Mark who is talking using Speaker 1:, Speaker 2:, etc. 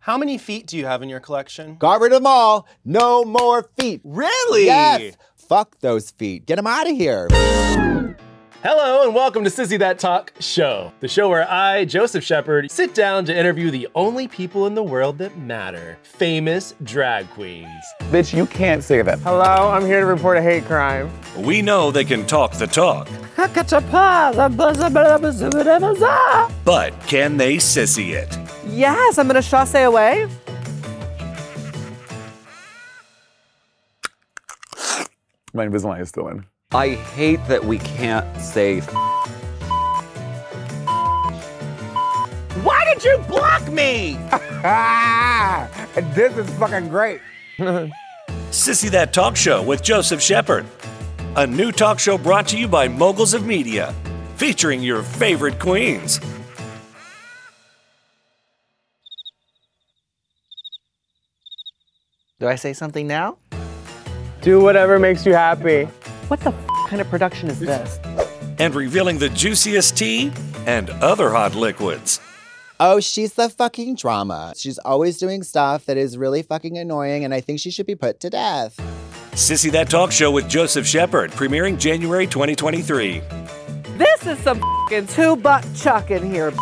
Speaker 1: How many feet do you have in your collection?
Speaker 2: Got rid of them all. No more feet.
Speaker 1: Really?
Speaker 2: Yes. Fuck those feet. Get them out of here.
Speaker 3: Hello and welcome to Sissy That Talk Show, the show where I, Joseph Shepard, sit down to interview the only people in the world that matter famous drag queens.
Speaker 4: Bitch, you can't say that.
Speaker 5: Hello, I'm here to report a hate crime.
Speaker 6: We know they can talk the talk, but can they sissy it?
Speaker 5: Yes, I'm gonna chasse away.
Speaker 4: My Invisalign is still in.
Speaker 7: I hate that we can't say. F-
Speaker 1: Why did you block me?
Speaker 4: Ah, this is fucking great.
Speaker 6: Sissy That Talk Show with Joseph Shepard. A new talk show brought to you by Moguls of Media, featuring your favorite queens.
Speaker 7: Do I say something now?
Speaker 5: Do whatever makes you happy.
Speaker 7: What the f- kind of production is this?
Speaker 6: and revealing the juiciest tea and other hot liquids.
Speaker 2: Oh, she's the fucking drama. She's always doing stuff that is really fucking annoying, and I think she should be put to death.
Speaker 6: Sissy That Talk Show with Joseph Shepard, premiering January 2023.
Speaker 5: This is some fing two buck chuck in here.